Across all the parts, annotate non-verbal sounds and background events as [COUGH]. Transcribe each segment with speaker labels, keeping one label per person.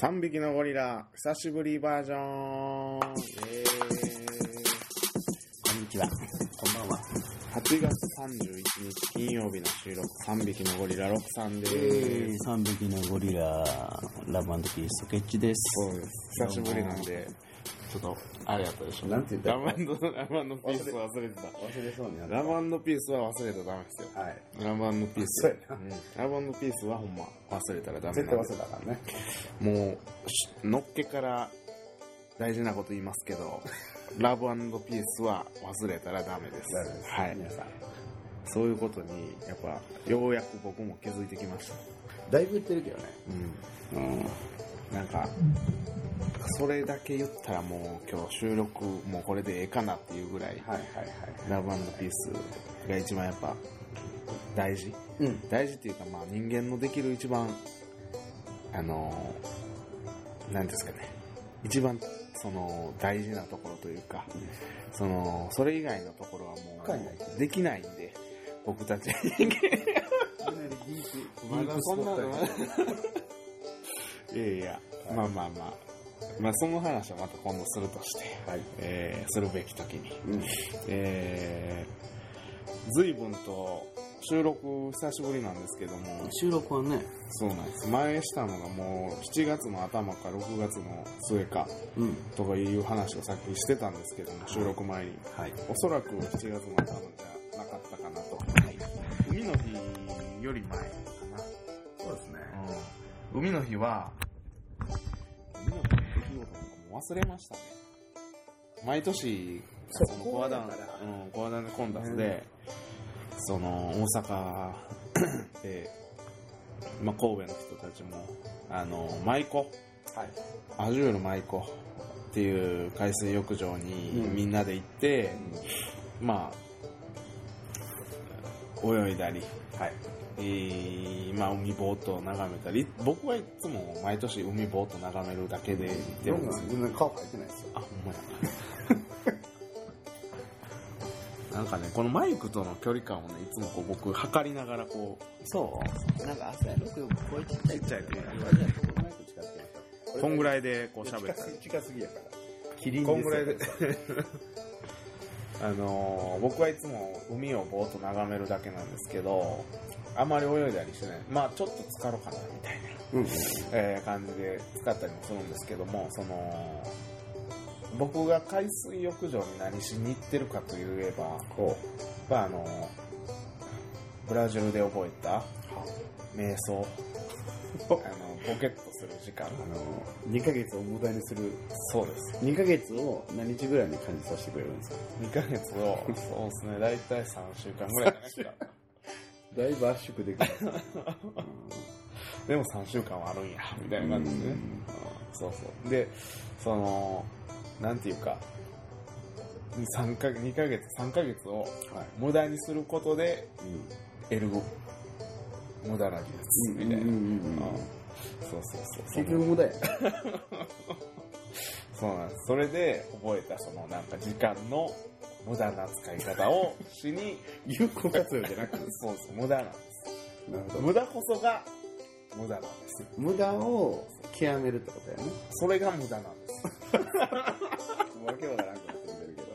Speaker 1: 3匹のゴリラ、久しぶりバージョン。イエーイ
Speaker 2: こんにちは。こんばんは。
Speaker 1: 8月31日金曜日の収録、3匹のゴリラ、6さんで
Speaker 2: え
Speaker 1: す。
Speaker 2: ー、3匹のゴリラ、ラブピース、ケッチです。
Speaker 1: そうです。久しぶりなんで、
Speaker 2: ちょっと、あれやったでしょ。
Speaker 3: なんて言った
Speaker 1: ラマンド、ラマンドピースは忘れてた。
Speaker 3: 忘れそうになった
Speaker 1: ラマンドピースは忘れたらダメですよ。
Speaker 3: はい
Speaker 1: ラマンドピース。
Speaker 3: そうや
Speaker 1: んラマンドピースはほんま忘れたらダメ
Speaker 3: 絶
Speaker 1: なん
Speaker 3: 対忘れ
Speaker 1: で
Speaker 3: たからね
Speaker 1: もうしのっけから大事なこと言いますけどラブピースは忘れたらダメです
Speaker 3: 大丈夫です
Speaker 1: はい
Speaker 3: 皆さん
Speaker 1: そういうことにやっぱようやく僕も気づいてきました、
Speaker 3: だいぶ言ってるけどね
Speaker 1: う
Speaker 3: うん
Speaker 1: ん、なんかそれだけ言ったらもう今日収録もうこれでええかなっていうぐらい
Speaker 3: はいはいはい
Speaker 1: ラブピースが一番やっぱ大事
Speaker 3: うん
Speaker 1: 大事っていうかまあ人間のできる一番あの何ですかね一番その大事なところというか、そのそれ以外のところはも
Speaker 3: 深いね
Speaker 1: うできないんで僕たちまだそんなのいやいや、まあまあまあまあその話はまた今度するとして、
Speaker 3: はい
Speaker 1: えーするべき時に
Speaker 3: うん
Speaker 1: えー、随分と収録久しぶりなんですけども
Speaker 2: 収録はね、
Speaker 1: そうなんです前したのがもう7月の頭か6月の末か
Speaker 2: うん。
Speaker 1: とかいう話をさっきしてたんですけども収録前に
Speaker 2: はい。
Speaker 1: おそらく7月の頭じゃなかったかなと海の日より前か
Speaker 3: そうですね
Speaker 1: な、うん、海の日は海の日の出来事とかも忘れましたね毎年
Speaker 3: そう
Speaker 1: そのコアダウン、
Speaker 3: こうやから
Speaker 1: うん、コアダウンコンダスで、その大阪で、まあ、神戸の人たちもあの舞妓
Speaker 3: はい
Speaker 1: アジュール舞妓っていう海水浴場に
Speaker 3: うん
Speaker 1: みんなで行って、まあ泳いだり、
Speaker 3: はい
Speaker 1: えーまあ、海ボートを眺めたり僕はいつも毎年海ボート眺めるだけで行ってるん
Speaker 3: 僕
Speaker 1: で
Speaker 3: は
Speaker 1: すけど
Speaker 3: 全然顔入ってないですよ
Speaker 1: あほんまやなんか [LAUGHS] ねこのマイクとの距離感をねいつもこう僕測りながらこう
Speaker 2: そうなんか朝6よく超えちっちゃい。
Speaker 1: ちっちゃい声
Speaker 3: マイク近づけましょう
Speaker 1: こんぐらいでこう喋った
Speaker 3: 近す
Speaker 1: り
Speaker 3: ぎ近すぎやから
Speaker 2: キリン
Speaker 1: こんぐらいであのー僕はいつも海をぼーっと眺めるだけなんですけどあまり泳いだりしてないまあちょっと浸かろうかなみたいな
Speaker 3: うん
Speaker 1: えー感じで使ったりもするんですけどもその僕が海水浴場に何しに行ってるかといえば
Speaker 3: こ
Speaker 1: まああのブラジルで覚えた瞑想あのポケットする時間
Speaker 3: うあの2ヶ月を無駄にする
Speaker 1: そうです
Speaker 3: 2ヶ月を何日ぐらいに感じさせてくれるんですか
Speaker 1: 2ヶ月をそうですね大体3週間ぐらいかな
Speaker 3: だいぶ圧縮できる
Speaker 1: でも3週間はあるんやみたいな感じでね、
Speaker 3: うん
Speaker 1: そうそうでそのなんていうか3か2ヶ月3ヶ月を
Speaker 3: はい
Speaker 1: 無駄にすることで
Speaker 3: うん
Speaker 1: 得る無駄な技術みたいな、
Speaker 3: うんうんうん
Speaker 1: あそうそうそう
Speaker 3: 結局無駄や
Speaker 1: そうなんですそれで覚えたそのなんか時間の無駄な使い方をし [LAUGHS] に
Speaker 3: 有効活用じゃなくて
Speaker 1: そうそう無駄なんです
Speaker 3: なるほど
Speaker 1: 無駄こそが無駄なんです
Speaker 3: 無駄を極めるってことやね
Speaker 1: それが無駄なんです
Speaker 3: わけわからんくなってきてるけど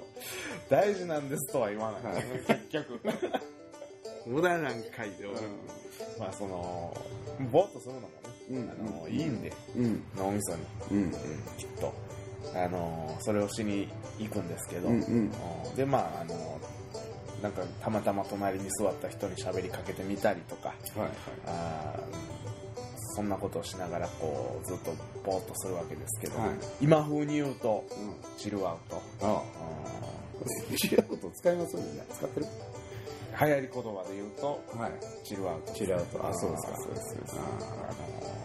Speaker 1: 大事なんですとは言わない、
Speaker 3: はい
Speaker 1: 結 [LAUGHS] 局無駄なんかいで、まあそのぼーっとするのもね、
Speaker 3: うん
Speaker 1: あのいいんで
Speaker 3: うん
Speaker 1: 脳みそに、
Speaker 3: うん
Speaker 1: きっとあのそれをしに行くんですけど、
Speaker 3: うんうん
Speaker 1: でまああのなんかたまたま隣に座った人に喋りかけてみたりとか
Speaker 3: はいはい
Speaker 1: あーそんなことをしながらこうずっとぼーっとするわけですけど、
Speaker 3: はい
Speaker 1: 今風に言うと
Speaker 3: うん
Speaker 1: チルアウト
Speaker 3: あ
Speaker 1: う
Speaker 3: 違うこと使いますよね使ってる
Speaker 1: ん流行り言葉で言うと
Speaker 3: はい
Speaker 1: チルアウト
Speaker 3: チルアウト
Speaker 1: あそうですか
Speaker 3: そうですそうです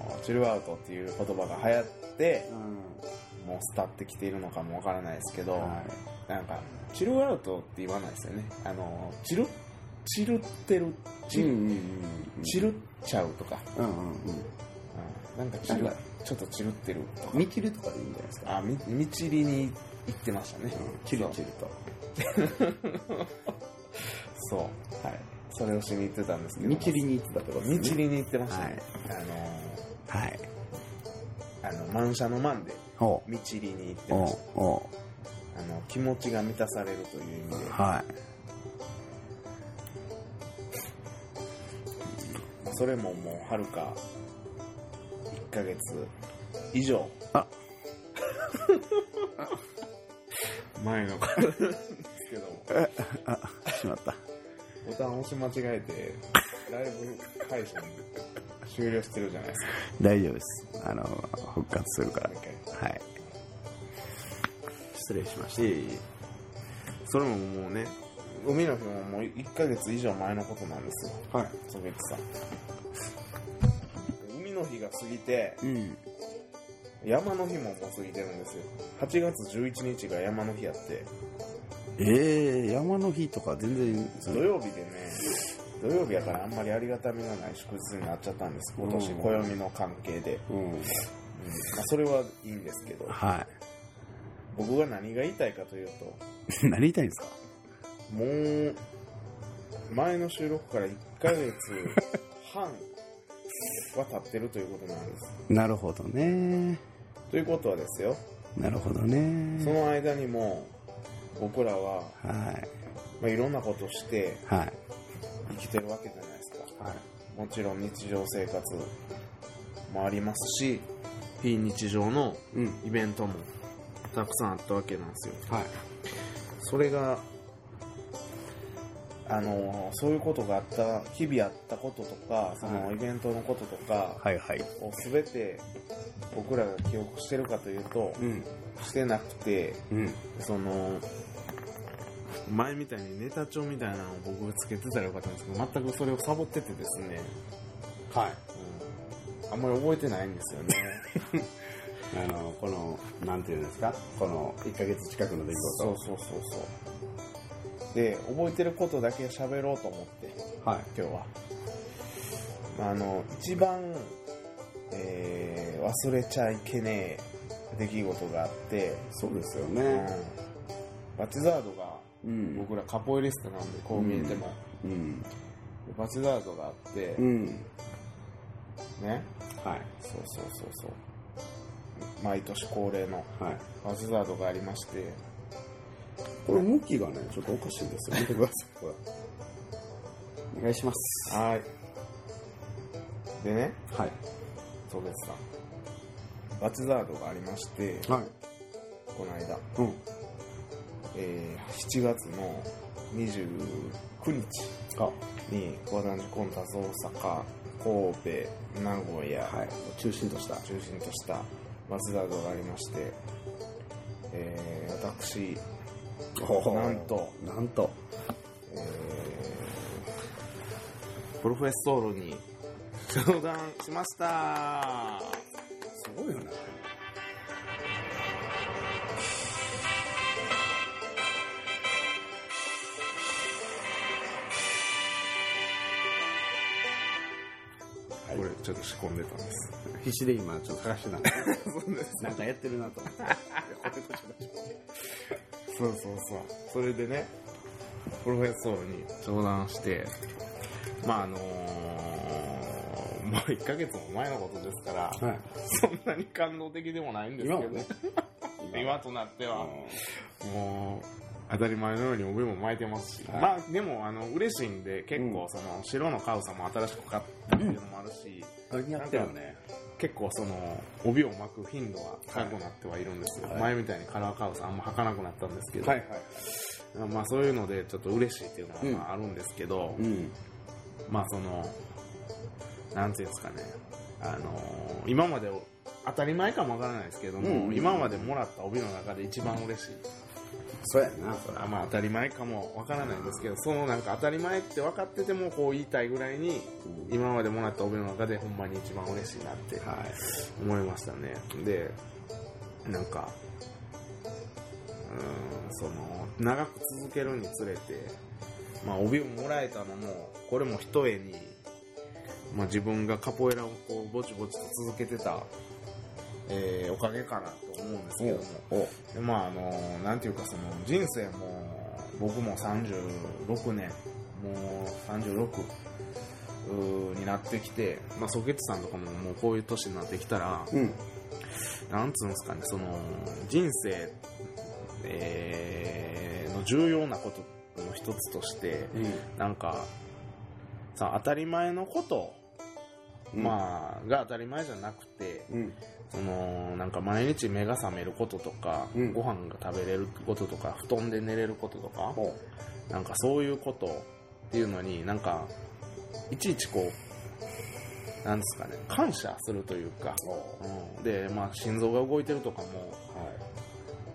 Speaker 1: あのチルアウトっていう言葉が流行って
Speaker 3: うん
Speaker 1: もう伝ってきているのかもわからないですけど、
Speaker 3: はい
Speaker 1: なんかチルアウトって言わないですよねあのチルチルってるチ
Speaker 3: うん
Speaker 1: ル、
Speaker 3: うん
Speaker 1: チルっちゃうとか、
Speaker 3: うんうんうん
Speaker 1: なんかチル
Speaker 3: なんか
Speaker 1: ちょっとチルってるとか
Speaker 3: 見切るとかでいいんじゃないですか
Speaker 1: あみみちりに行ってましたね、
Speaker 3: 切る
Speaker 1: そう
Speaker 3: 切ると
Speaker 1: そうはいそれをしに行ってたんですけど
Speaker 3: 見切りに行ってたってこと
Speaker 1: み
Speaker 3: です
Speaker 1: ち
Speaker 3: ね
Speaker 1: りに行ってましたね、あの
Speaker 3: はい
Speaker 1: あの満車の満で
Speaker 2: お
Speaker 1: 道りに行って
Speaker 2: お
Speaker 1: ました
Speaker 2: お
Speaker 1: あの気持ちが満たされるという意味で、
Speaker 2: はい
Speaker 1: それももうはるか1ヶ月以上
Speaker 2: あ
Speaker 1: [LAUGHS] 前のからなんですけども
Speaker 2: しまった [LAUGHS]
Speaker 1: ボタン押し間違えてライブ配信終了してるじゃないですか
Speaker 2: 大丈夫ですあの復活するから
Speaker 1: もう一回
Speaker 2: はい失礼しまし
Speaker 1: いえいえそれももうね海の日ももう1ヶ月以上前のことなんですよ
Speaker 2: たはい
Speaker 1: ソゲッツさん海の日が過ぎて
Speaker 2: うん
Speaker 1: 山の日ももう過ぎてるんですよ8月11日が山の日やって
Speaker 2: ええ山の日とか全然そ
Speaker 1: 土
Speaker 2: の
Speaker 1: 曜日でね土曜日やからあんまりありがたみがない祝日になっちゃったんです今年
Speaker 2: うん
Speaker 1: 暦の関係で、
Speaker 2: う
Speaker 1: う
Speaker 2: ん
Speaker 1: んまあ、それはいいんですけど
Speaker 2: は
Speaker 1: 僕が何が言いたいかというと
Speaker 2: い [LAUGHS] 何言いたいんですか
Speaker 1: もう前の収録から1ヶ月半は経ってるということなんです
Speaker 2: なるほどね
Speaker 1: ということはですよ
Speaker 2: なるほど
Speaker 1: そ
Speaker 2: ね
Speaker 1: の間にも僕らは、
Speaker 2: はい
Speaker 1: まあ、いろんなことして
Speaker 2: はい
Speaker 1: 生きてるわけじゃないですか
Speaker 2: はい
Speaker 1: もちろん日常生活もありますし非日常の
Speaker 2: うん
Speaker 1: イベントもたくさんあったわけなんですよ
Speaker 2: はい
Speaker 1: それがあのそういうことがあった日々あったこととかその
Speaker 2: はい
Speaker 1: イベントのこととか
Speaker 2: はいはい
Speaker 1: を全て僕らが記憶してるかというと
Speaker 2: うん
Speaker 1: してなくて
Speaker 2: うん
Speaker 1: その前みたいにネタ帳みたいなのを僕がつけてたらよかったんですけど全くそれをサボっててですね、
Speaker 2: はい
Speaker 1: うん、あんまり覚えてないんですよね
Speaker 2: あのこのなんていうんですかこの1ヶ月近くの出来
Speaker 1: そ
Speaker 2: 事
Speaker 1: うそうそうそうで覚えてることだけ喋ろうと思って
Speaker 2: はい
Speaker 1: 今日はまああの一番、えー忘れちゃいけねえ出来事があって、
Speaker 2: そうですよ
Speaker 1: うん
Speaker 2: ね、
Speaker 1: バチザードが
Speaker 2: うん
Speaker 1: 僕らカポエリストなんでこう見えても、
Speaker 2: うん
Speaker 1: バチザードがあって、
Speaker 2: うん
Speaker 1: ね
Speaker 2: はい
Speaker 1: そうそうそうそう毎年恒例の
Speaker 2: はい
Speaker 1: バチザードがありまして
Speaker 2: これ向きがねちょっとおかしいんですよ見てくださいこれお願いします
Speaker 1: はいでね
Speaker 2: はい
Speaker 1: そうですかバチザードがありまして
Speaker 2: はい
Speaker 1: この間、
Speaker 2: うん
Speaker 1: えー7月の29日
Speaker 2: あ
Speaker 1: に和男児コンタス大阪神戸名古屋、
Speaker 2: はい中心とした
Speaker 1: 中心としたバチザードがありまして、えー私なんと
Speaker 2: なんと
Speaker 1: えープロフェッソールに登壇しました
Speaker 2: すごいよね
Speaker 1: これちょっと仕込んでたんです
Speaker 2: 必死で今ちょっと探して [LAUGHS] たんでなんかやってる [LAUGHS] なと思って
Speaker 1: そうそうそうそれでねプロフェッソールに登壇してまああのーもう1ヶ月も前のことですから、
Speaker 2: はい
Speaker 1: そんなに感動的でもないんですけど
Speaker 2: 今はね
Speaker 1: 今となっては、
Speaker 2: う
Speaker 1: もう当たり前のように帯も巻いてますし、
Speaker 2: はい
Speaker 1: まあでもあの嬉しいんで結
Speaker 2: う
Speaker 1: 構
Speaker 2: ん
Speaker 1: その白のカウサも新しく買ったっていうのもあるし、
Speaker 2: ん似合ってるよね
Speaker 1: 結構その帯を巻く頻度は高くなってはいるんですよ、
Speaker 2: はい
Speaker 1: 前みたいにカラーカウサあんま履かなくなったんですけど、
Speaker 2: い
Speaker 1: まあそういうのでちょっと嬉しいっていうのは
Speaker 2: うん
Speaker 1: まああるんですけど、
Speaker 2: うん
Speaker 1: まあそのなんていうんですかねあのー今まで当たり前かもわからないですけども、
Speaker 2: うん
Speaker 1: 今までもらった帯の中で一番嬉しい、
Speaker 2: そうやなそれ
Speaker 1: あまあ当たり前かもわからないんですけどそのなんか当たり前って分かっててもこう言いたいぐらいに今までもらった帯の中でほんまに一番嬉しいなって
Speaker 2: はい
Speaker 1: 思いましたねでなんかうーんその長く続けるにつれて、まあ、帯をもらえたのもこれも一重に、まあ、自分がカポエラをこうぼちぼちと続けてた、えーおかげかなと思うんですけども
Speaker 2: おお
Speaker 1: でまああのなんていうかその人生も僕も36年もう36になってきて、まあ、ソケッツさんとかももうこういう年になってきたら、
Speaker 2: うん。
Speaker 1: なんつうんですかね、その、人生、えーの重要なことの一つとして、なんか、さ、当たり前のこと、
Speaker 2: うん。
Speaker 1: まあ、が当たり前じゃなくて、
Speaker 2: うん。
Speaker 1: そのなんか毎日目が覚めることとか、
Speaker 2: うん
Speaker 1: ご飯が食べれることとか布団で寝れることとか
Speaker 2: ほ
Speaker 1: なんかそういうことっていうのになんかいちいちこうなんですかね感謝するというか、
Speaker 2: う。ほ
Speaker 1: うん、で、まあ、心臓が動いてるとかも
Speaker 2: う。は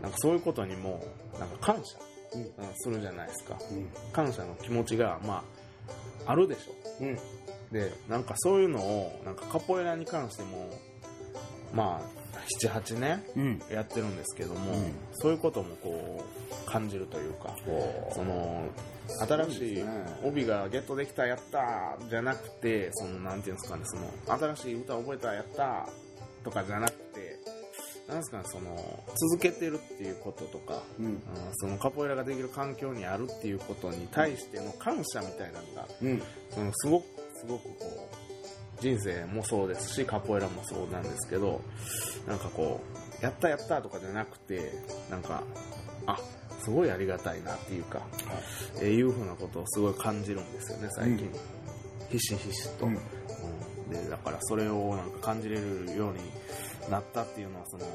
Speaker 1: なんかそういうことにもなんか感謝、
Speaker 2: うん
Speaker 1: うんするじゃないですか
Speaker 2: い。うん。
Speaker 1: 感謝の気持ちが、まあ、あるでしょ
Speaker 2: うん。
Speaker 1: でなんかそういうのをなんかカポエラに関してもまあ78年
Speaker 2: うん。
Speaker 1: やってるんですけども、
Speaker 2: うん
Speaker 1: そういうこともこう感じるというか
Speaker 2: ほ
Speaker 1: その
Speaker 2: う
Speaker 1: 新
Speaker 2: です
Speaker 1: しい
Speaker 2: ね
Speaker 1: 帯がゲットできたやったーじゃなくてそのなんていうんですかねその新しい歌覚えたやったーとかじゃなくてなんですかねその続けてるっていうこととか、
Speaker 2: う。うん。
Speaker 1: うんそのカポエラができる環境にあるっていうことに対しての感謝みたいなのが
Speaker 2: うん。
Speaker 1: そのすごくすごくこう人生もそうですしカポエラもそうなんですけどなんかこうやったやったとかじゃなくてなんかあすごいありがたいなっていうか、えーいうふうなことをすごい感じるんですよね最近、
Speaker 2: うん
Speaker 1: ひしひしと、
Speaker 2: うん
Speaker 1: うんでだからそれをなんか感じれるようになったっていうのはその、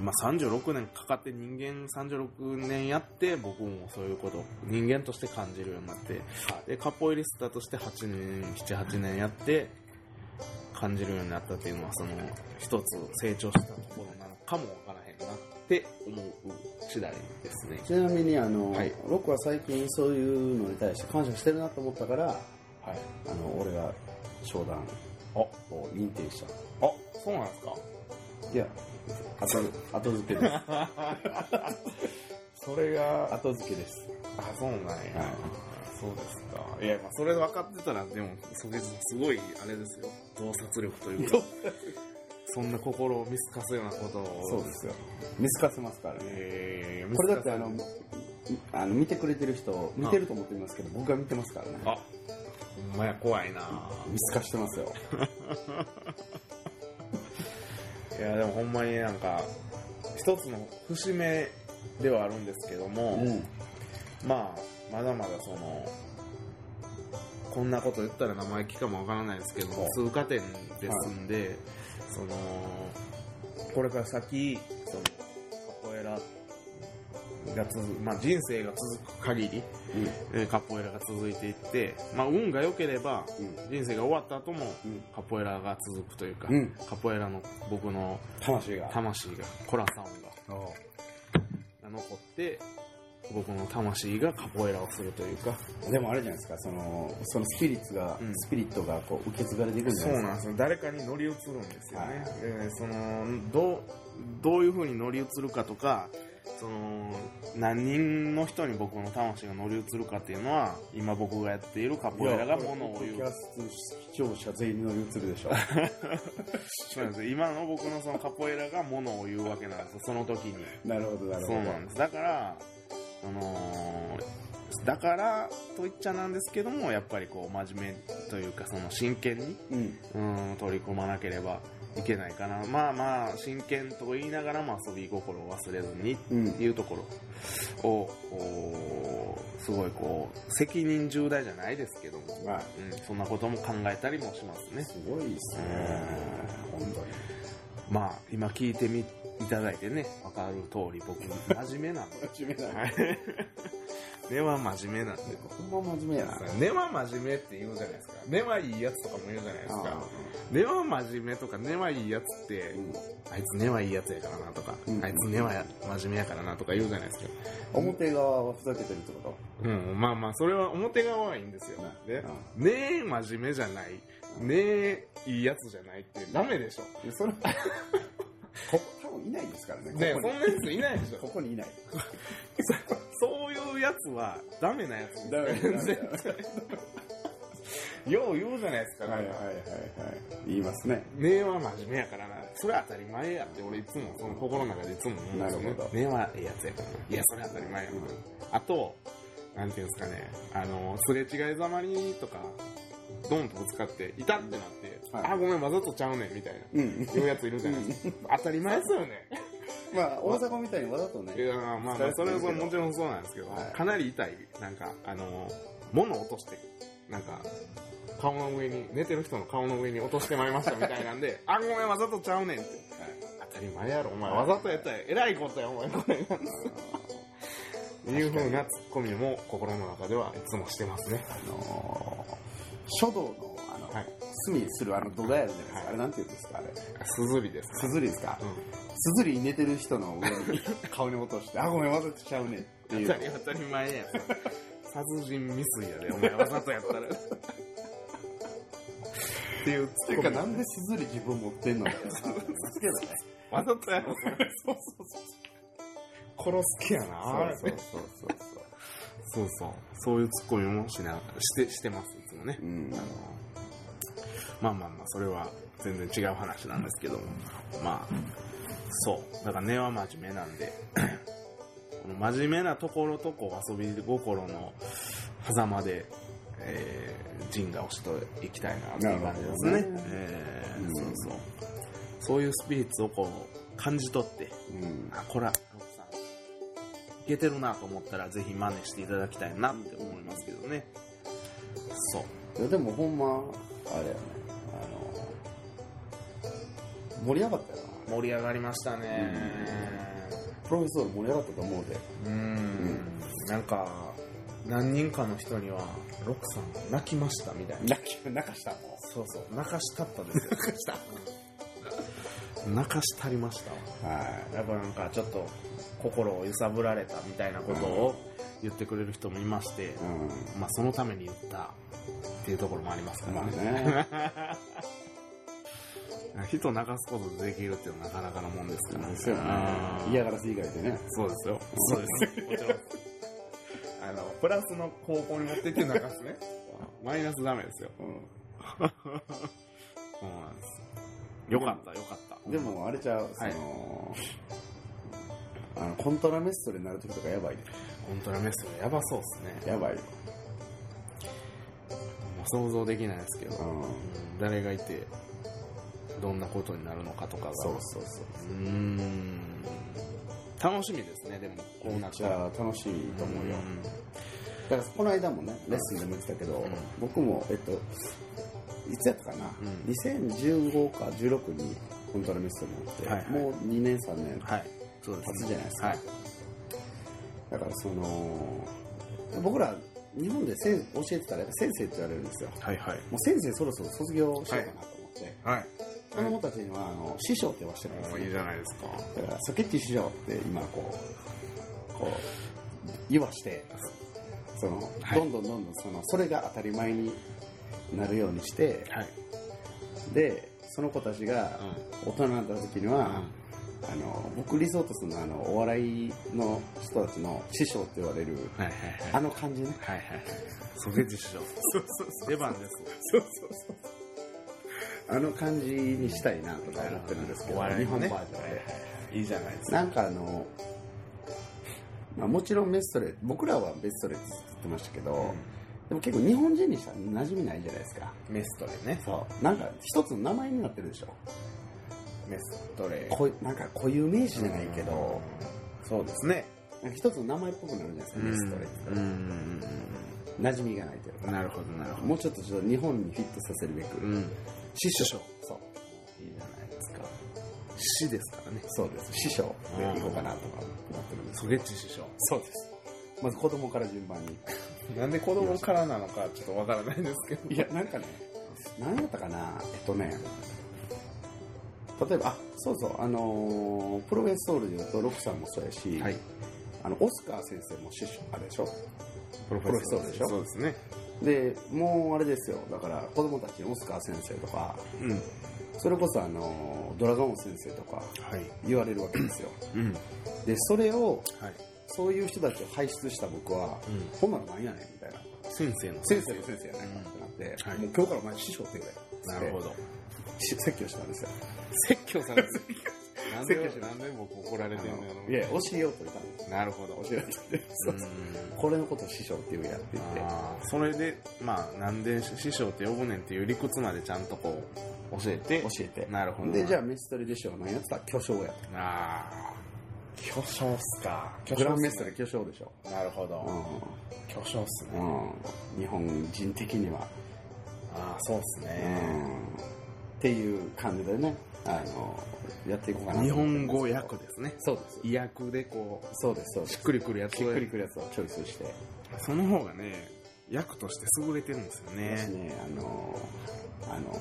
Speaker 1: まあ、36年かかって人間36年やって僕もそういうことを人間として感じるようになってでカポエリスタとして8年78年やって感じるようになったっていうのはその一つ成長したところなのかもわからへんなって思う次第ですね
Speaker 2: ちなみに、あの、
Speaker 1: はい
Speaker 2: 僕は最近そういうのに対して感謝してるなと思ったから、
Speaker 1: はい
Speaker 2: あの、俺が商談
Speaker 1: あ
Speaker 2: を認定した。
Speaker 1: あそうなんですか
Speaker 2: いや、後後付けです。
Speaker 1: [LAUGHS] それが
Speaker 2: 後付けです。
Speaker 1: あそうなんや、
Speaker 2: はい
Speaker 1: そうですかいやまあそれ分かってたらでもそれすごいあれですよ洞察力というかそんな心を見透かすようなことを
Speaker 2: そうですよ。見透かせますからね。
Speaker 1: えー
Speaker 2: これだってあの、あの見てくれてる人、見てると思ってますけど、僕が見てますからね。
Speaker 1: あほんまや怖いな
Speaker 2: 見透かしてますよ。
Speaker 1: いやでもほんまになんか一つの節目ではあるんですけども、
Speaker 2: うん。
Speaker 1: まあまだまだそのこんなこと言ったら生意気かもわからないですけど
Speaker 2: は
Speaker 1: も
Speaker 2: い
Speaker 1: 通過点ですんで、そのこれから先そのカポエラが続くまあ、人生が続く限りえーカポエラが続いていって、まあ、運が良ければ
Speaker 2: うん。
Speaker 1: 人生が終わった後も
Speaker 2: うん。
Speaker 1: カポエラが続くというか、
Speaker 2: うん。
Speaker 1: カポエラの僕の
Speaker 2: 魂が。
Speaker 1: 魂がコラサウンが残って僕の魂がカポエラをするというか
Speaker 2: でもあれじゃないですか、その、そのスピリッツが、
Speaker 1: うん
Speaker 2: スピリットがこう受け継がれていくんじゃ
Speaker 1: そう
Speaker 2: ない
Speaker 1: なん
Speaker 2: で
Speaker 1: ですすよ誰かに乗り移るんですよね、
Speaker 2: はい
Speaker 1: でそのどうどういうふうに乗り移るかとかその何人の人に僕の魂が乗り移るかっていうのは今僕がやっているカ
Speaker 2: か。
Speaker 1: ポエラがものを言
Speaker 2: キャ
Speaker 1: う
Speaker 2: ス視聴者全員の映るでしょ。
Speaker 1: そうなんですよ今の僕のそのカポエラがものを言うわけなんですよその時に
Speaker 2: なるほど、なるほ
Speaker 1: そう
Speaker 2: ど。
Speaker 1: [LAUGHS] なんですだからそのだからと言っちゃなんですけどもやっぱりこう真面目というかその真剣に
Speaker 2: うん。
Speaker 1: うん取り組まなければいけないかなまあまあ真剣と言いながらも遊び心を忘れずにっ
Speaker 2: うん。
Speaker 1: ていうところをこうすごいこう責任重大じゃないですけども、
Speaker 2: はい。
Speaker 1: うん、そんなことも考えたりもしますね
Speaker 2: すごいですね。本当に。
Speaker 1: まあ今聞いてみいただいてね分かる通り僕真面目なの [LAUGHS]
Speaker 2: 真面目だ。
Speaker 1: はい根は真面目なんで
Speaker 2: ほんま真面目やな。
Speaker 1: 根は真面目って言うじゃないですか根はいいやつとかも言うじゃないですか根は真面目とか根はいいやつって、あいつ根はいいやつやからなとか、
Speaker 2: うん
Speaker 1: あいつ根は真面目やからなとか言うじゃないですか。
Speaker 2: 表側はふざけてるってこ
Speaker 1: うん、まあまあ、それは表側はいいんですよ。
Speaker 2: と
Speaker 1: ね、ねえ真面目じゃない。ねえいいやつじゃないってダメでしょ。
Speaker 2: うんそれ
Speaker 1: [LAUGHS]
Speaker 2: ここ多分いないですからね
Speaker 1: ねえ
Speaker 2: こ
Speaker 1: そ
Speaker 2: こ
Speaker 1: んなやついないでし
Speaker 2: にこ
Speaker 1: ょ。
Speaker 2: こにいない
Speaker 1: そういうやつはダメなやつ
Speaker 2: ダメ
Speaker 1: です
Speaker 2: ダ
Speaker 1: よ
Speaker 2: メ
Speaker 1: 絶対よう言うじゃないですか。
Speaker 2: はいはいはいはい言いますね
Speaker 1: ねえは真面目やからな。それは当たり前やって、俺いつも、その心の中でいつも思うんですよね
Speaker 2: なるほど
Speaker 1: ねえはいいやつやからな。いや、それは当たり前やな。あと、なんていうんですかね、あの、すれ違いざまにとか、ドンとぶつかって、痛ってなって、
Speaker 2: はい
Speaker 1: あ、ごめん、わざとちゃうねん、みたいな。
Speaker 2: うん。
Speaker 1: 言うやついるじゃないですか。当たり前ですよね。
Speaker 2: まあ、大阪みたいにわざとね
Speaker 1: い、やまあまあ、それはそれもちろんそうなんですけど、
Speaker 2: はい
Speaker 1: かなり痛い。なんか、あの、物落として、なんか、顔の上に、寝てる人の顔の上に落としてまいりましたみたいなん
Speaker 2: [LAUGHS]
Speaker 1: で、あ、ごめん、わざとちゃうねんって。当たり前やろ、お前。わざとやったら、え [LAUGHS] らいことや、お前、これ。いうふうなツッコミも心の中ではいつもしてますね。
Speaker 2: あのー書道の、あの、
Speaker 1: はい。
Speaker 2: 隅するあの土台あるじゃないです
Speaker 1: はい
Speaker 2: か。あれなんて言うんですか、あれ。
Speaker 1: すずりですか
Speaker 2: すずりですか
Speaker 1: う。ん
Speaker 2: すずり寝てる人の上に顔に落として、あ、ごめん、わざとちゃうねってい
Speaker 1: 当たり
Speaker 2: う。
Speaker 1: 当たり前やん。殺人未遂やで、お前わざとやったら。っていう
Speaker 2: て
Speaker 1: ツッ
Speaker 2: いう
Speaker 1: コ
Speaker 2: か、
Speaker 1: ミ
Speaker 2: な。んですずり自分持ってんのか [LAUGHS] よ。ですけどね。
Speaker 1: わざとやろ。そうそうそう。殺す気やな。
Speaker 2: そ
Speaker 1: [LAUGHS] そう
Speaker 2: うそうそうそう。
Speaker 1: そうそう。そういうツッコミもしな、して、してます、いつもね。
Speaker 2: うん
Speaker 1: あの、まあまあまあ、それは全然違う話なんですけど、まあ、そう。だから根は真面目なんで、 [CLEARS THROAT] この真面目なところとこう遊び心の狭間で、えー、陣が押していきたいなっていう感じです
Speaker 2: な
Speaker 1: ね。
Speaker 2: るほどね
Speaker 1: えー
Speaker 2: うん
Speaker 1: そうそう。そういうスピリッツをこう、感じ取って、
Speaker 2: うん。
Speaker 1: あ、こら、ロックさん、いけてるなと思ったら、ぜひ真似していただきたいなって思いますけどね。そう。
Speaker 2: いやでもほんまあれやねあの盛り上がったよな
Speaker 1: 盛り上がりましたね
Speaker 2: プロフェッサー盛り上がったと思うで
Speaker 1: うんなんか何人かの人には「ロックさん泣きました」みたいな
Speaker 2: 泣き泣かしたも
Speaker 1: そうそう泣かしたったですよ泣かした泣かしたりましたわ
Speaker 2: んは
Speaker 1: やっぱなんかちょっと心を揺さぶられたみたいなことを言ってくれる人もいまして、
Speaker 2: いうん
Speaker 1: まあそのために言ったっていうところもありますから
Speaker 2: まあ
Speaker 1: ね、
Speaker 2: ね
Speaker 1: 人泣かすことできるっていうのはなかなかのもんですから
Speaker 2: [LAUGHS] ですよね
Speaker 1: うん
Speaker 2: 嫌がらせ以外でね
Speaker 1: そうですよ。そうです。もちろん。あの、プラスの方向に持っていってなかすね。マイナスダメですよ。 [LAUGHS]
Speaker 2: う
Speaker 1: そうなんです。よかった、よかった。
Speaker 2: んで、もあれちゃうそのあのコントラメストになる時とかやばいね
Speaker 1: コントラメストやばそうですね。
Speaker 2: やばい
Speaker 1: も
Speaker 2: よ
Speaker 1: う想像できないですけ
Speaker 2: う
Speaker 1: ど、
Speaker 2: ん
Speaker 1: うん誰がいて、どんなことになるのかとかが。
Speaker 2: そうそうそう
Speaker 1: うーん。楽しみですね、でも、こうな
Speaker 2: めっ
Speaker 1: った
Speaker 2: ち
Speaker 1: ら。
Speaker 2: ゃ楽しいと思うよ
Speaker 1: ん
Speaker 2: だからこの間もねレッスンでも言ってたけど、
Speaker 1: うん
Speaker 2: 僕もえっといつやったかな、
Speaker 1: うん
Speaker 2: 2015か16にコントラミストになって、
Speaker 1: はいはい
Speaker 2: もう2年3年
Speaker 1: はい。そうですね。
Speaker 2: 初じゃないですか
Speaker 1: はい。
Speaker 2: だからその僕ら日本で先教えてたらやっぱ先生って言われるんですよも
Speaker 1: はいはい。
Speaker 2: う先生そろそろ卒業しようかなと思って、
Speaker 1: はい。
Speaker 2: 子供たちにはあの師匠って言わせてるんです
Speaker 1: もう
Speaker 2: よ
Speaker 1: いいじゃないですか。
Speaker 2: だからソケッティ師匠って今こうこう言わしてその、
Speaker 1: はい
Speaker 2: どんどんどんどんそのそれが当たり前になるようにして
Speaker 1: はい。
Speaker 2: でその子たちが大人になった時に
Speaker 1: う
Speaker 2: は、
Speaker 1: ん。
Speaker 2: あの僕理想とするのはあのお笑いの人たちの師匠って言われる
Speaker 1: はいはいはい。
Speaker 2: あの感じね
Speaker 1: はいはい。ソケジ師匠。そうそうそう。エヴァンです。
Speaker 2: あの感じにしたいなとか思ってるんですけど、日本バージョンで。
Speaker 1: いいじゃないですか。
Speaker 2: なんかあの、まあ、もちろんメストレ僕らはベストレって言ってましたけど、でも結構日本人にしたら馴染みないじゃないですか
Speaker 1: メストレね。
Speaker 2: そうなんか一つの名前になってるでしょ
Speaker 1: メストレ。
Speaker 2: こうなんか固有名詞じゃないけど、
Speaker 1: そうですね。
Speaker 2: なんか一つの名前っぽくなるじゃないですか、メストレって
Speaker 1: うんうん
Speaker 2: 馴染みがないという
Speaker 1: うん。
Speaker 2: か
Speaker 1: なるほどなるほど。
Speaker 2: もうちょっとちょっと日本にフィットさせるべく、
Speaker 1: うん。
Speaker 2: 師匠そう
Speaker 1: いいじゃないですか。死ですからね。
Speaker 2: そうです師匠で行こうかなとか思ってるんです
Speaker 1: ソゲッチ師匠。
Speaker 2: そうですまず子供から順番に
Speaker 1: なんで子供からなのかちょっとわからないんですけど。
Speaker 2: いや、なんかね、何やったかな、えっとね、例えば、あそうそう、あのープロフェッソールで言うと、ロクさんもそうやし、
Speaker 1: はい。
Speaker 2: あのオスカー先生も師匠、あれでしょ、
Speaker 1: プロ
Speaker 2: フェッサーでしょ
Speaker 1: そうですね。
Speaker 2: でもうあれですよ、だから子供たちにオスカー先生とか、
Speaker 1: うん。は
Speaker 2: それこそ、あのードラゴン先生とか
Speaker 1: い。
Speaker 2: 言われるわけですよ。
Speaker 1: うん。
Speaker 2: で、それを、
Speaker 1: はい。
Speaker 2: そういう人たちを輩出した僕は、
Speaker 1: うん。
Speaker 2: ほんなら何やねんみたいな、
Speaker 1: 先生の。
Speaker 2: 先生の先生やないかってなって、
Speaker 1: うんはい
Speaker 2: もう今日からお前、師匠って言う
Speaker 1: な
Speaker 2: れ
Speaker 1: るほど。
Speaker 2: し説教したんですよ。
Speaker 1: 説教されてる。なん
Speaker 2: 説教
Speaker 1: で
Speaker 2: し
Speaker 1: なんで僕怒られ
Speaker 2: あ
Speaker 1: てんのや
Speaker 2: のい
Speaker 1: ろ
Speaker 2: や、教えようと言ったんです。
Speaker 1: なるほど
Speaker 2: 教えようと言って、そうそうこれのことを師匠って言うやって言って、
Speaker 1: あーそれでまあなんで師匠って呼ぶねんっていう理屈までちゃんとこう教えて
Speaker 2: 教えて。
Speaker 1: なるほど
Speaker 2: で、じゃあ、メストレでしょ。何やってた巨匠や。
Speaker 1: ああ巨匠っすか巨
Speaker 2: グラ
Speaker 1: 匠
Speaker 2: ン
Speaker 1: っ
Speaker 2: メス
Speaker 1: す
Speaker 2: トレ
Speaker 1: ね
Speaker 2: 巨匠でしょ。
Speaker 1: なるほど
Speaker 2: う
Speaker 1: 巨匠っすね
Speaker 2: ん。うん。日本人的には。
Speaker 1: ああそうっすね
Speaker 2: うん。っていう感じでね、あの、やっていこうかな
Speaker 1: 日
Speaker 2: と思って
Speaker 1: 本
Speaker 2: ます
Speaker 1: 語訳ですね
Speaker 2: そうです。
Speaker 1: 意訳でこ
Speaker 2: そうです、そう
Speaker 1: う
Speaker 2: で
Speaker 1: し
Speaker 2: す
Speaker 1: っ。くりくるやつ
Speaker 2: しっくりくるやつをチョイスして。
Speaker 1: その方がね訳として優れてるんですよ
Speaker 2: 私
Speaker 1: ね
Speaker 2: ね、あのあの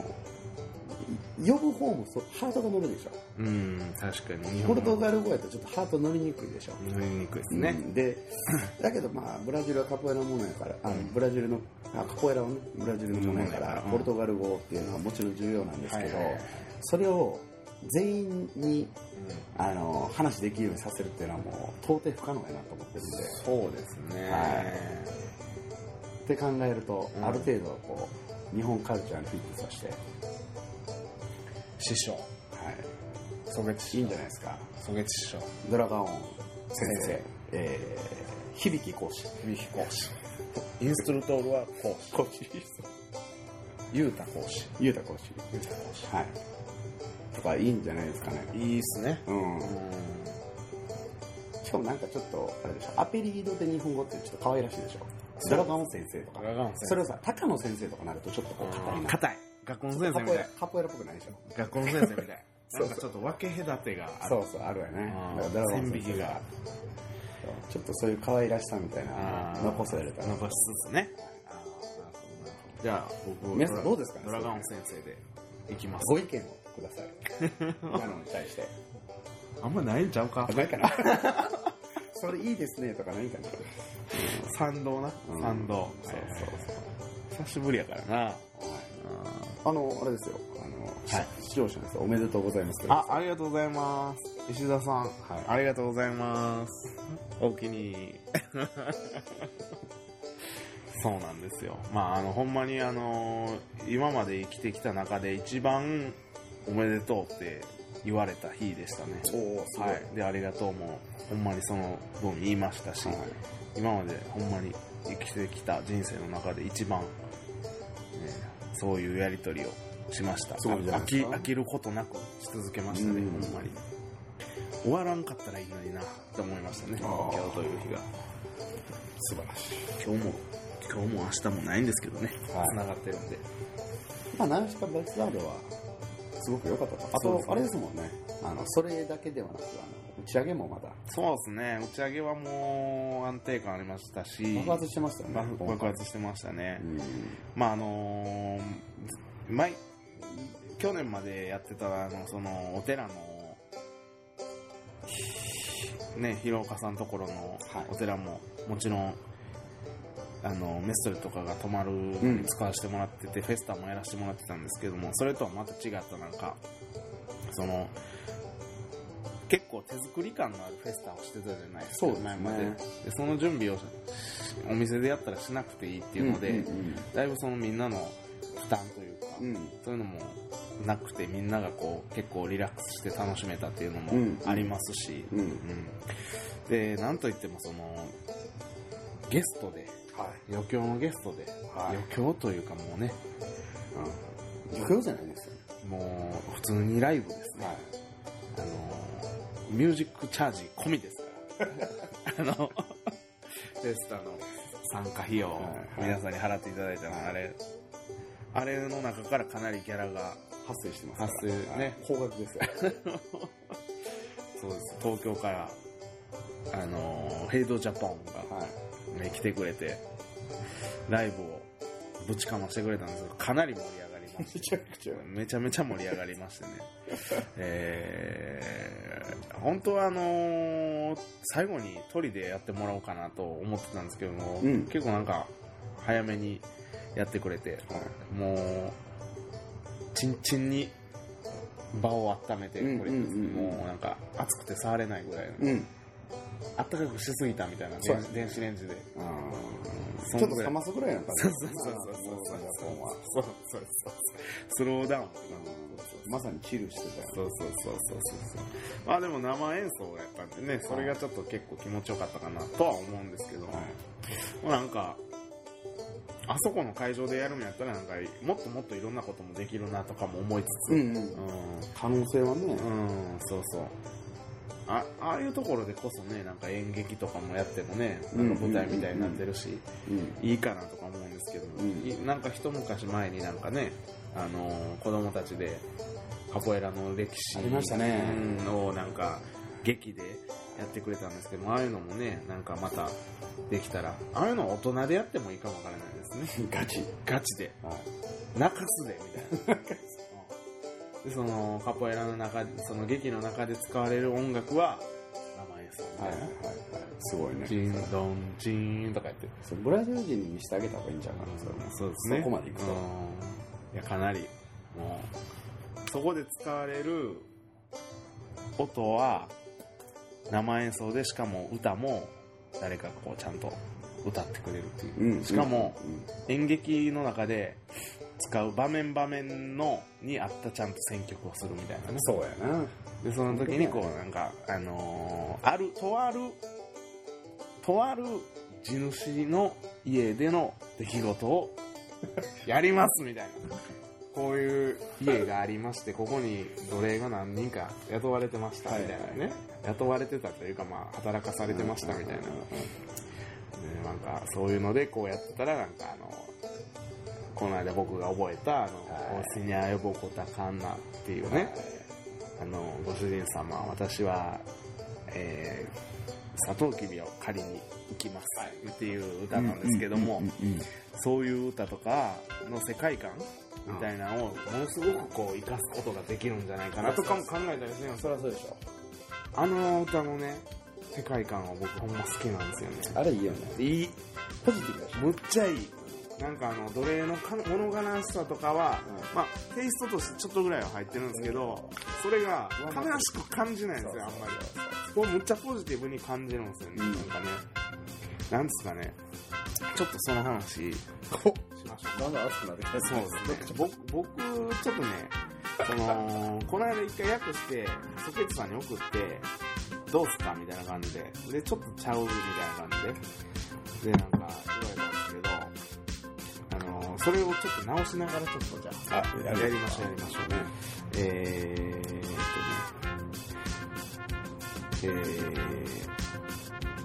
Speaker 2: 呼ぶ方もそハートが乗るでしょ。
Speaker 1: うん確かに日
Speaker 2: ポ
Speaker 1: 本
Speaker 2: ルト
Speaker 1: 語
Speaker 2: ガル語やとちょっとハート乗りにくいでしょ。
Speaker 1: 乗りにくいですね
Speaker 2: うんで、だけどまあ、ブラジルはカポエラものやから、あのブラジルの、あカポエラはね、ブラジルのものや
Speaker 1: ものや
Speaker 2: か
Speaker 1: から
Speaker 2: ら
Speaker 1: う、ん
Speaker 2: ポルトガル語っていうのはもちろん重要なんです
Speaker 1: は
Speaker 2: け
Speaker 1: い
Speaker 2: ど
Speaker 1: はいはい、
Speaker 2: それを全員に、あの、話できるようにさせるっていうのはもう到底不可能やなと思ってるんで、
Speaker 1: そうですね
Speaker 2: はって考えると
Speaker 1: う、ん
Speaker 2: ある程度こう、日本カルチャーにフィットさせて、
Speaker 1: 師匠
Speaker 2: はい、
Speaker 1: ソゲチ師
Speaker 2: いいん
Speaker 1: 匠
Speaker 2: じゃないですか。
Speaker 1: ソゲチ師匠
Speaker 2: ドラガオン先生、
Speaker 1: 先
Speaker 2: えー、響き講師、
Speaker 1: ミヒ講師インストルトールは講師
Speaker 2: 講師、
Speaker 1: ユータ講師
Speaker 2: ゆうた講師、
Speaker 1: ユータ講師
Speaker 2: はい。とかいいんじゃないですかね。
Speaker 1: いいっすね
Speaker 2: う
Speaker 1: う。
Speaker 2: ん
Speaker 1: ん
Speaker 2: しかもなんかちょっと、あれでしょ、アペリードで日本語ってちょっと可愛らしいでしょ。ドラガオン先生とか
Speaker 1: ド。ラガン先生
Speaker 2: それをさ、高野先生とかなるとちょっとこう硬いな。
Speaker 1: 硬い学校の先生
Speaker 2: カ
Speaker 1: み
Speaker 2: ポエ
Speaker 1: た
Speaker 2: ラ
Speaker 1: い、
Speaker 2: カポエラっぽくないでしょ。
Speaker 1: 学校の先生みたい
Speaker 2: そうそう
Speaker 1: なんかちょっと分け隔てがある
Speaker 2: そうそう、あるわよね。だからドラゴン
Speaker 1: 線
Speaker 2: 先
Speaker 1: 引
Speaker 2: 生
Speaker 1: きが。
Speaker 2: ちょっとそういう可愛らしさみたいな
Speaker 1: あー
Speaker 2: 残されたら。
Speaker 1: 残しつつねじゃあ僕
Speaker 2: 皆さんどうですかね
Speaker 1: ドラドラガン先生でいきます
Speaker 2: ご意見をくだ [LAUGHS] さい。なのに対して。
Speaker 1: あんまないんちゃうか
Speaker 2: ないかな [LAUGHS] それいいですねとかないかな
Speaker 1: 賛同な
Speaker 2: うん
Speaker 1: 賛同
Speaker 2: そうそうそう
Speaker 1: 久しぶりやからな
Speaker 2: あのあれですよあの、視聴者の人おめでとうございます
Speaker 1: あありがとうございます石田さん、
Speaker 2: い
Speaker 1: ありがとうございますおおきに [LAUGHS] そうなんですよまああのほんまにあの今まで生きてきた中で一番おめでとうって言われた日でしたね
Speaker 2: おおすごい、
Speaker 1: はい、でありがとうもほんまにその分言いましたし、
Speaker 2: はい
Speaker 1: 今までほんまに生きてきた人生の中で一番、ねそういうやり取りをしました
Speaker 2: すごいじゃない
Speaker 1: 飽
Speaker 2: です
Speaker 1: き
Speaker 2: か
Speaker 1: 飽きることなくし続けましたね、
Speaker 2: うん
Speaker 1: ほんまに終わらんかったらいいのになって思いましたね
Speaker 2: あ
Speaker 1: 今
Speaker 2: ー
Speaker 1: 日という日が
Speaker 2: 素晴らしい
Speaker 1: 今日も今日も明日もないんですけどねつな、
Speaker 2: はい
Speaker 1: がってるんで
Speaker 2: まあ何しかバックサードはすごく良かったとあ
Speaker 1: そうで
Speaker 2: と、
Speaker 1: すね
Speaker 2: あれですもんねあのそれだけではなくあの打ち上げもまだ
Speaker 1: そうですね打ち上げはもう安定感ありましたし
Speaker 2: 爆発してましたよね
Speaker 1: 爆爆発してましたね、
Speaker 2: うん
Speaker 1: まああのー前去年までやってたあのそのお寺のね広岡さんところの
Speaker 2: はい
Speaker 1: お寺ももちろんあのメストレとかが泊まる
Speaker 2: ん
Speaker 1: 使わせてもらってて、フェスタもやらせてもらってたんですけどもそれとはまた違ったなんかその結構手作り感のあるフェスタをしてたじゃないですか
Speaker 2: そうですね
Speaker 1: 前まででその準備をお店でやったらしなくていいっていうので、
Speaker 2: うん
Speaker 1: だいぶそのみんなの負担というか、
Speaker 2: うん
Speaker 1: そういうのもなくてみんながこう結構リラックスして楽しめたっていうのも
Speaker 2: うん
Speaker 1: ありますし、
Speaker 2: うん、うん
Speaker 1: うんでなんといってもそのゲストで
Speaker 2: はい
Speaker 1: 余興のゲストで、
Speaker 2: はい
Speaker 1: 余興というかもうね
Speaker 2: うん不要じゃないですよ、
Speaker 1: もう普通にライブですね、
Speaker 2: はい、
Speaker 1: あのミュージックチャージ込みですから
Speaker 2: [LAUGHS]
Speaker 1: あのテスタの参加費用を皆さんに払っていただいたの、あれあれの中からかなりギャラが
Speaker 2: 発生してますから
Speaker 1: 発生ね
Speaker 2: はい高額ですよ
Speaker 1: そうです東京からあのヘイドジャパンが、
Speaker 2: はい
Speaker 1: ね、来てくれてライブをぶちかましてくれたんですけどかなり盛り上がりま
Speaker 2: め
Speaker 1: し
Speaker 2: ちゃ
Speaker 1: て
Speaker 2: くちゃ
Speaker 1: めちゃめちゃ盛り上がりま
Speaker 2: [LAUGHS]
Speaker 1: してねえー本当はあのー最後にトリでやってもらおうかなと思ってたんですけども、
Speaker 2: うん
Speaker 1: 結構なんか早めにやってくれて
Speaker 2: はい
Speaker 1: もうチンチンに場を温めてくれてですね、
Speaker 2: うんうんうんうん
Speaker 1: もうなんか熱くて触れないぐらいの
Speaker 2: うん
Speaker 1: あったかくしすぎたみたいな、
Speaker 2: そう
Speaker 1: 電子電
Speaker 2: や
Speaker 1: 子レンジで。
Speaker 2: ち
Speaker 1: そ
Speaker 2: ょっ
Speaker 1: ん
Speaker 2: と
Speaker 1: ぐら
Speaker 2: 冷
Speaker 1: い
Speaker 2: ますぐらいやった
Speaker 1: そうそうそうそうそう
Speaker 2: ジャポンは
Speaker 1: そうそうそう。スローダウンって
Speaker 2: う
Speaker 1: 感
Speaker 2: ん
Speaker 1: じ。
Speaker 2: まさにチルしてたよ
Speaker 1: そうそうそうそうそうそう。まあでも生演奏をやったんでね、それがちょっと結構気持ちよかったかなとは思うんですけど、
Speaker 2: はい
Speaker 1: もうなんか、あそこの会場でやるんやったらなんか、もっともっといろんなこともできるなとかも思いつつ、
Speaker 2: うんうん可能性はね
Speaker 1: うん、そうそう。あああいうところでこそね、なんか演劇とかもやってもね、なんか舞台みたいになってるし、
Speaker 2: うん
Speaker 1: いいかなとか思うんですけど、
Speaker 2: うん
Speaker 1: いなんか一昔前になんかね、あのー子供たちでカポエラの歴史
Speaker 2: ありましたね
Speaker 1: うんをなんか劇でやってくれたんですけどああいうのもねなんかまたできたらああいうのは大人でやってもいいかもわからないですね
Speaker 2: ガチ
Speaker 1: ガチで
Speaker 2: はい
Speaker 1: 泣かすでみたいな [LAUGHS] うんでそのカポエラの中でその劇の中で使われる音楽は生演奏みた
Speaker 2: はいい
Speaker 1: な、
Speaker 2: はいはいすごいね
Speaker 1: ジンドンジーンとかやって
Speaker 2: そうブラジル人に見せてあげた方がいいんちゃうかなそれも
Speaker 1: そうですね。
Speaker 2: そこまで行くと
Speaker 1: うんいや、かなり、もう、そこで使われる音は、生演奏で、しかも歌も、誰かこう、ちゃんと歌ってくれるっていう。しかも、演劇の中で、使う場面場面のに合ったちゃんと選曲をするみたいな
Speaker 2: う
Speaker 1: ね
Speaker 2: んそうやな
Speaker 1: でその時にこうなんかあのーあるとあるとある地主の家での出来事 [LAUGHS] をやりますみたいなこういう家がありましてここに奴隷が何人か雇われてましたみたいな
Speaker 2: はいはい
Speaker 1: ね雇われてたというかまあ働かさ
Speaker 2: さ
Speaker 1: れてましたみたいなねなんかそういうのでこうやってたらなんかあのこの間僕が覚えたあの、
Speaker 2: はい
Speaker 1: オスニャエボコタカンナっていうね、あのご主人様私は、えー、サトウキビを狩りに行きますっていう歌なんですけども、そういう歌とかの世界観みたいなのをものすごくこう生かすことができるんじゃないかなとかも考えたりするんです
Speaker 2: そりゃそうでしょ
Speaker 1: あの歌のね世界観は僕ほんま好きなんですよね
Speaker 2: あれいいよね
Speaker 1: いい
Speaker 2: ポジティブだし
Speaker 1: むっちゃいいなんかあの奴隷のか物悲しさとかは、
Speaker 2: う
Speaker 1: まあテイストとしてちょっとぐらいは入ってるんですけどそれが悲しく感じないんですよあんまりこうむっちゃポジティブに感じるんですよね、
Speaker 2: うん
Speaker 1: なんかねなんですかねちょっとその話しましょ
Speaker 2: だんだん熱くなってきた
Speaker 1: うそうですね僕僕ちょっとねそのこの間一回訳してソケットさんに送ってどうすかみたいな感じででちょっとちゃうみたいな感じででなんか言われたんですけどあのそれをちょっと直しながらちょっとじゃあ
Speaker 2: あ
Speaker 1: やりましょうやりましょうねえーっとねえー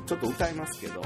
Speaker 1: ちょっと歌いますけど